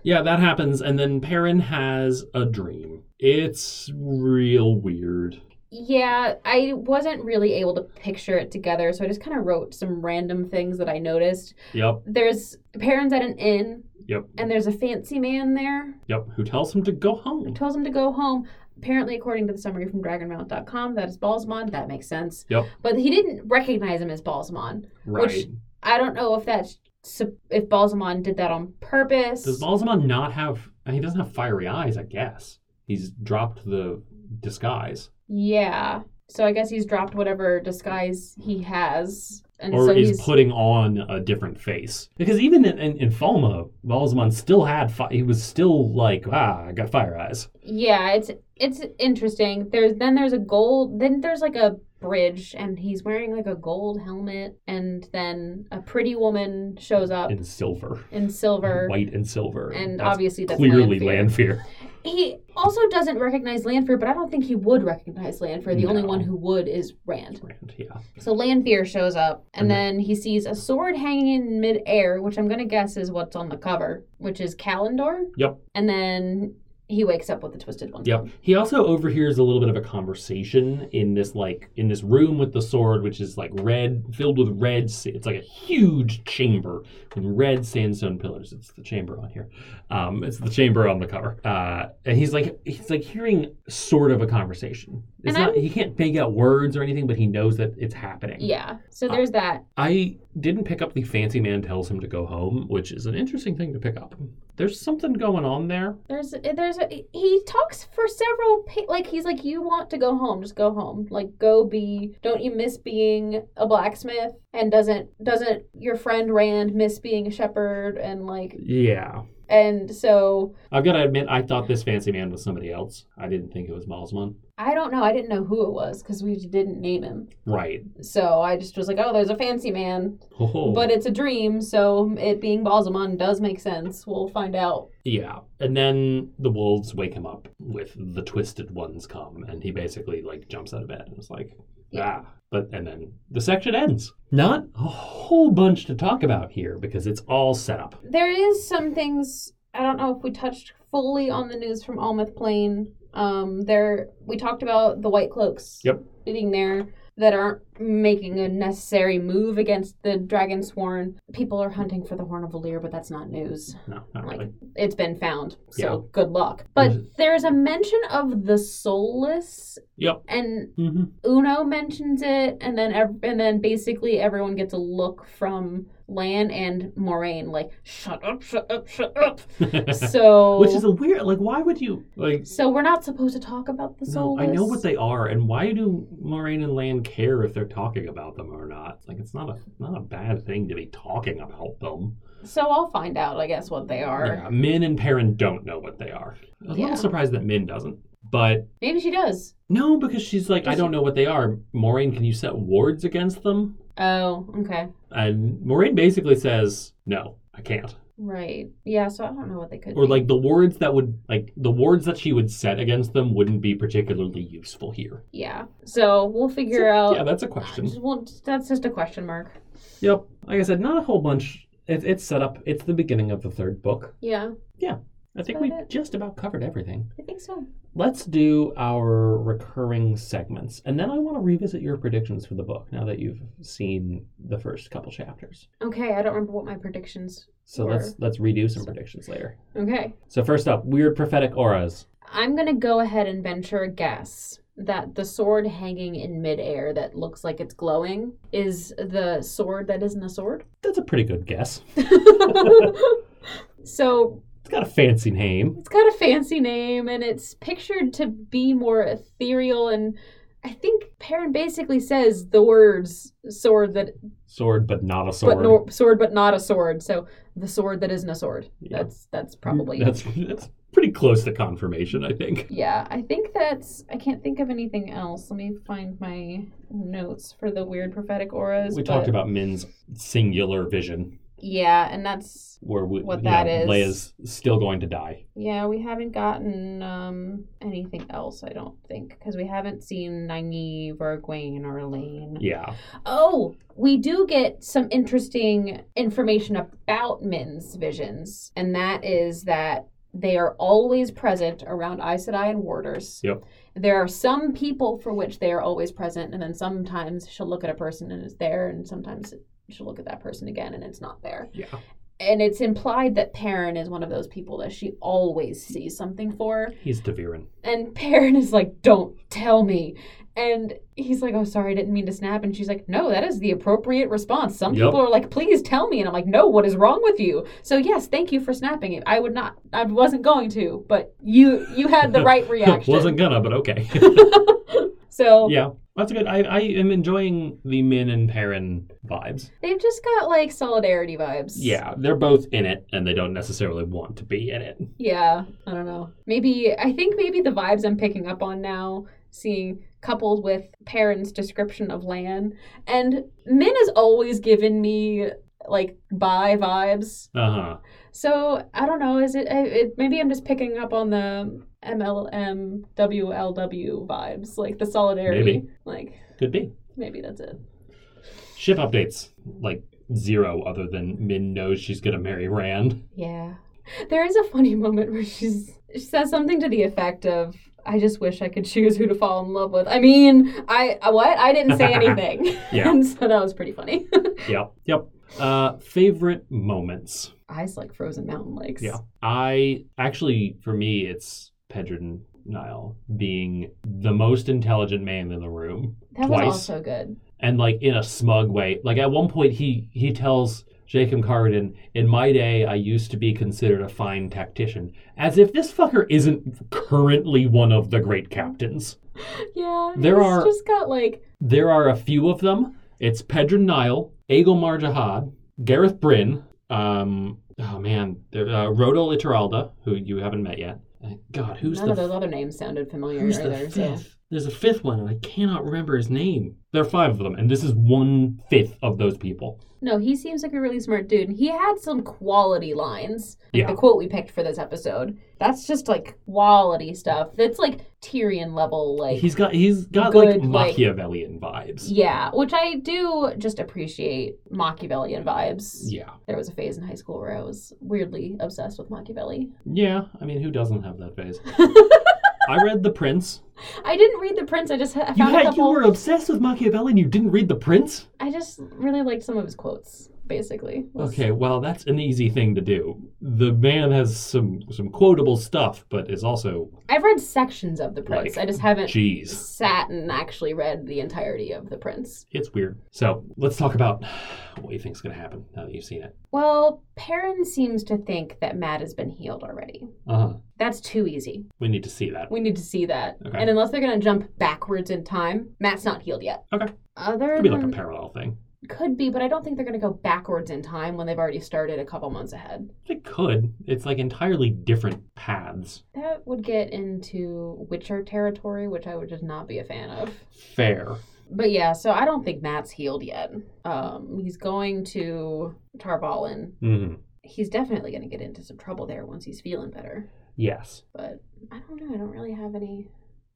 Yeah, that happens. And then Perrin has a dream. It's real weird.
Yeah, I wasn't really able to picture it together, so I just kind of wrote some random things that I noticed.
Yep,
There's Perrin's at an inn,
yep,
and there's a fancy man there
yep. Who tells him to go
who
home?
tells him to go home. Apparently, according to the summary from DragonMount.com, that is Balsamon. That makes sense.
Yep.
But he didn't recognize him as Balsamon.
Right.
I don't know if that's sup- if Balsamon did that on purpose.
Does Balsamon not have. He doesn't have fiery eyes, I guess. He's dropped the disguise.
Yeah. So I guess he's dropped whatever disguise he has, and
Or
so
is
he's
putting on a different face. Because even in, in, in Falma, Balsamon still had. Fi- he was still like, ah, I got fire eyes.
yeah. It's it's interesting. There's then there's a gold. Then there's like a bridge, and he's wearing like a gold helmet, and then a pretty woman shows up
In silver.
in silver.
White and silver.
And
That's
obviously that's
clearly
Lanfear.
Lanfear.
He also doesn't recognize Lanfear, but I don't think he would recognize Lanfear. The only
No.
one who would is Rand.
Rand, yeah.
So Lanfear shows up, and
Mhm.
then he sees a sword hanging in midair, which I'm gonna guess is what's on the cover, which is Kalendor.
Yep.
And then he wakes up with the twisted one.
Yep. He also overhears a little bit of a conversation in this like in this room with the sword, which is like red, filled with red. sa- It's like a huge chamber with red sandstone pillars. It's the chamber on here. Um, it's the chamber on the cover. Uh, and he's like he's like hearing sort of a conversation. It's
And
not
I'm-
he can't make out words or anything, but he knows that it's happening.
Yeah. So
Uh,
there's that.
I didn't pick up the fancy man tells him to go home, which is an interesting thing to pick up. There's something going on there.
There's there's a, he talks for several pa- like he's like you want to go home, just go home. Like go be. Don't you miss being a blacksmith? And doesn't doesn't your friend Rand miss being a shepherd? And like
Yeah.
and so
I've got to admit, I thought this fancy man was somebody else. I didn't think it was Malsman.
I don't know. I didn't know who it was because we didn't name him.
Right.
So I just was like, oh, there's a fancy man,
Oh.
but it's a dream, so it being Balsamon does make sense. We'll find out.
yeah. And then the wolves wake him up with the twisted ones come, and he basically like jumps out of bed and is like, ah. But and then the section ends. Not a whole bunch to talk about here because it's all set up.
There is some things I don't know if we touched fully on the news from Almouth Plain Um, there we talked about the white cloaks.
Yep.
Sitting there that aren't making a necessary move against the dragon sworn. People are hunting for the horn of Valir, but that's not news.
No, not
Like,
really.
It's been found, so
Yeah.
good luck. But
Mhm.
there's a mention of the soulless,
Yep.
and
hmm
Uno mentions it, and then ev- and then basically everyone gets a look from Lan and Moraine, like shut up, shut up, shut up. so
Which is a weird. Like, why would you like?
so we're not supposed to talk about the
No,
soulless.
I know what they are, and why do Moraine and Lan care if they're talking about them or not? Like, it's not a not a bad thing to be talking about them.
So I'll find out, I guess, what they are.
Yeah, Min and Perrin don't know what they are. I was a
Yeah.
little surprised that Min doesn't, but
Maybe she does.
no, because she's like, I
Does
don't
she-
know what they are. Moraine, can you set wards against them?
Oh, okay,
And Moraine basically says, No, I can't.
right. Yeah. So I don't know what they could.
Or
be.
like the wards that would like the wards that she would set against them wouldn't be particularly useful here.
yeah. So we'll figure
So,
out.
Yeah, that's a
I
question.
just want- that's just a question mark.
Yep. Like I said, not a whole bunch. It, it's set up. It's the beginning of the third book.
Yeah,
I think
about
we
it.
just about covered everything.
I think so.
Let's do our recurring segments, and then I want to revisit your predictions for the book now that you've seen the first couple chapters.
Okay, I don't remember what my predictions.
So
Sure.
let's let's redo some predictions later.
Okay.
So first up, weird prophetic auras.
I'm gonna go ahead and venture a guess that the sword hanging in midair that looks like it's glowing is the sword that isn't a sword.
That's a pretty good guess.
so
It's got a fancy name.
it's got a fancy name and it's pictured to be more ethereal and I think Perrin basically says the words sword that
Sword, but not a sword.
but no, sword but not a sword. So the sword that isn't a sword.
Yeah.
That's that's probably
That's that's pretty close to confirmation, I think.
Yeah, I think that's. I can't think of anything else. Let me find my notes for the weird prophetic auras.
We
but-
talked about Min's singular vision,
Yeah, and that's.
where we,
What
you
that is.
know, Leia's still going to die.
Yeah, we haven't gotten um, anything else, I don't think, because we haven't seen Nynaeve or Egwene or Elaine.
Yeah,
Oh, we do get some interesting information about men's visions, and that is that they are always present around Aes Sedai and warders.
Yep.
There are some people for which they are always present, and then sometimes she'll look at a person and it's there, and sometimes she'll look at that person again and it's not there.
yeah.
And it's implied that Perrin is one of those people that she always sees something for.
He's Devirin.
And Perrin is like, don't tell me. And he's like, oh, sorry, I didn't mean to snap. And she's like, no, that is the appropriate response. Some
Yep.
people are like, please tell me. And I'm like, no, what is wrong with you? So, yes, thank you for snapping it. I would not, I wasn't going to, but you you had the right reaction.
Wasn't gonna, but okay.
So,
yeah, that's good. I, I am enjoying the Min and Perrin vibes.
they've just got like solidarity vibes.
Yeah, they're both in it, and they don't necessarily want to be in it.
Yeah, I don't know. Maybe I think maybe the vibes I'm picking up on now, seeing coupled with Perrin's description of Lan, and Min has always given me like bi vibes.
Uh huh.
So I don't know. Is it, I- it? Maybe I'm just picking up on the MLMWLW vibes, like the solidarity.
Maybe.
Like
Could be.
maybe that's it.
Ship updates like zero, other than Min knows she's gonna marry Rand.
Yeah. There is a funny moment where she's she says something to the effect of I just wish I could choose who to fall in love with. I mean, I I- what? I didn't say anything.
Yeah.
and so that was pretty funny.
yep. Yep. Uh, favorite moments.
Ice like frozen mountain lakes.
Yeah. I actually, for me, it's Pedrin Nile being the most intelligent man in the room
That
twice.
was also good.
and like in a smug way. Like at one point, he he tells Jacob Carden, "In my day, I used to be considered a fine tactician," as if this fucker isn't currently one of the great captains.
Yeah.
There
it's
are-
just got like
There are a few of them. It's Pedrin Nile, Agilmar Jahad, Gareth Bryn, um, oh man, there- uh, Rodo Literalda, who you haven't met yet. Uh, God, who's
none
the
of those other names sounded familiar
Who's
either.
the
so
fifth? There's a fifth one, and I cannot remember his name. There are five of them, and this is one fifth of those people.
no, he seems like a really smart dude, and he had some quality lines. Like
Yeah.
the quote we picked for this episode. That's just like quality stuff. That's like Tyrion level. Like
He's got he's got
Good,
like
like-
Machiavellian vibes.
Yeah, which I do just appreciate Machiavellian vibes.
Yeah,
There was a phase in high school where I was weirdly obsessed with Machiavelli.
yeah. I mean, who doesn't have that phase? I read The Prince.
I didn't read The Prince. I just ha- I
You
found a
had you
couple.
were obsessed with Machiavelli and you didn't read The Prince?
I just really liked some of his quotes, basically. was-
Okay, well that's an easy thing to do. The man has some some quotable stuff, but is also
I've read sections of The Prince.
Like,
I just haven't
jeez.
sat and actually read the entirety of The Prince.
It's weird. So let's talk about what you think's gonna happen now that you've seen it.
Well, Perrin seems to think that Matt has been healed already.
Uh-huh.
That's too easy.
We need to see that.
We need to see that.
Okay.
And unless they're going to jump backwards in time, Matt's not healed yet.
Okay.
Other
Could be like a
than,
parallel thing.
could be, but I don't think they're going to go backwards in time when they've already started a couple months ahead.
It could. It's like entirely different paths.
That would get into Witcher territory, which I would just not be a fan of.
Fair.
But yeah, so I don't think Matt's healed yet. Um, he's going to Tarvalin.
hmm
He's definitely going to get into some trouble there once he's feeling better.
Yes.
But I don't know. I don't really have any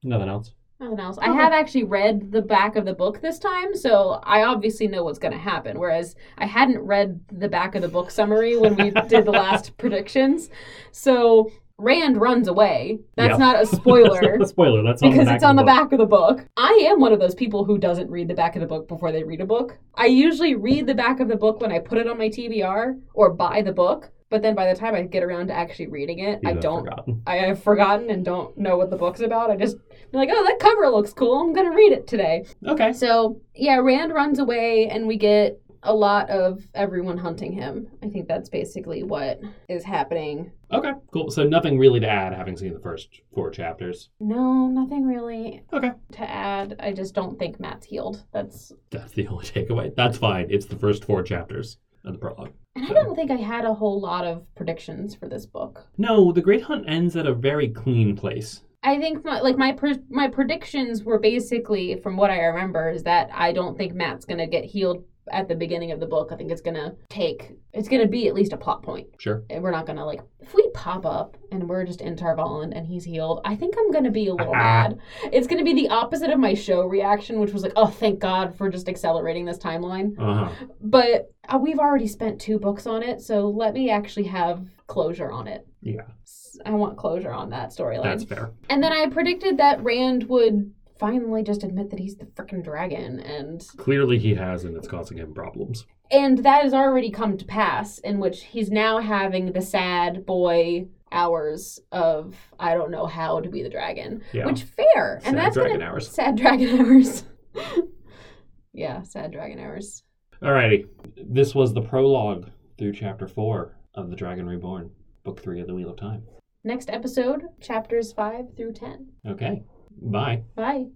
Nothing else.
Nothing else.
Oh,
I have actually read the back of the book this time, so I obviously know what's going to happen. Whereas I hadn't read the back of the book summary when we did the last predictions. So Rand runs away. That's
Yeah.
not a spoiler
Spoiler. That's on the
because
back
it's
of
on the
book.
back of the book. I am one of those people who doesn't read the back of the book before they read a book. I usually read the back of the book when I put it on my TBR or buy the book, but then by the time I get around to actually reading it,
You
I
have
don't
forgotten.
I have forgotten and don't know what the book's about. I just be like, oh, that cover looks cool. I'm gonna read it today.
Okay.
So yeah, Rand runs away, and we get a lot of everyone hunting him. I think that's basically what is happening.
Okay. Cool. So nothing really to add, having seen the first four chapters.
No, nothing really
Okay.
to add. I just don't think Matt's healed. That's
That's the only takeaway. That's fine. It's the first four chapters of the prologue.
and I don't think I had a whole lot of predictions for this book.
No, the Great Hunt ends at a very clean place.
I think my, like my pre- my predictions were basically from what I remember is that I don't think Matt's gonna get healed at the beginning of the book. I think it's gonna take it's gonna be at least a plot point.
Sure.
And We're not gonna like if we pop up and we're just in Tarvalin and he's healed. I think I'm gonna be a
Uh-huh.
little mad. It's gonna be the opposite of my show reaction, which was like, oh, thank God for just accelerating this timeline.
Uh huh.
But uh, we've already spent two books on it, so let me actually have closure on it.
Yeah.
S- I want closure on that storyline.
That's fair.
And then I predicted that Rand would finally just admit that he's the frickin' dragon and
Clearly, he has, and it's causing him problems.
and that has already come to pass in which he's now having the sad boy hours of I don't know how to be the dragon.
Yeah.
Which fair.
Sad
and that's
dragon
gonna,
hours.
sad dragon hours. yeah, sad dragon hours.
Alrighty. This was the prologue through chapter four of The Dragon Reborn, book three of The Wheel of Time.
Next episode, chapters 5 through 10.
Okay. Bye.
Bye.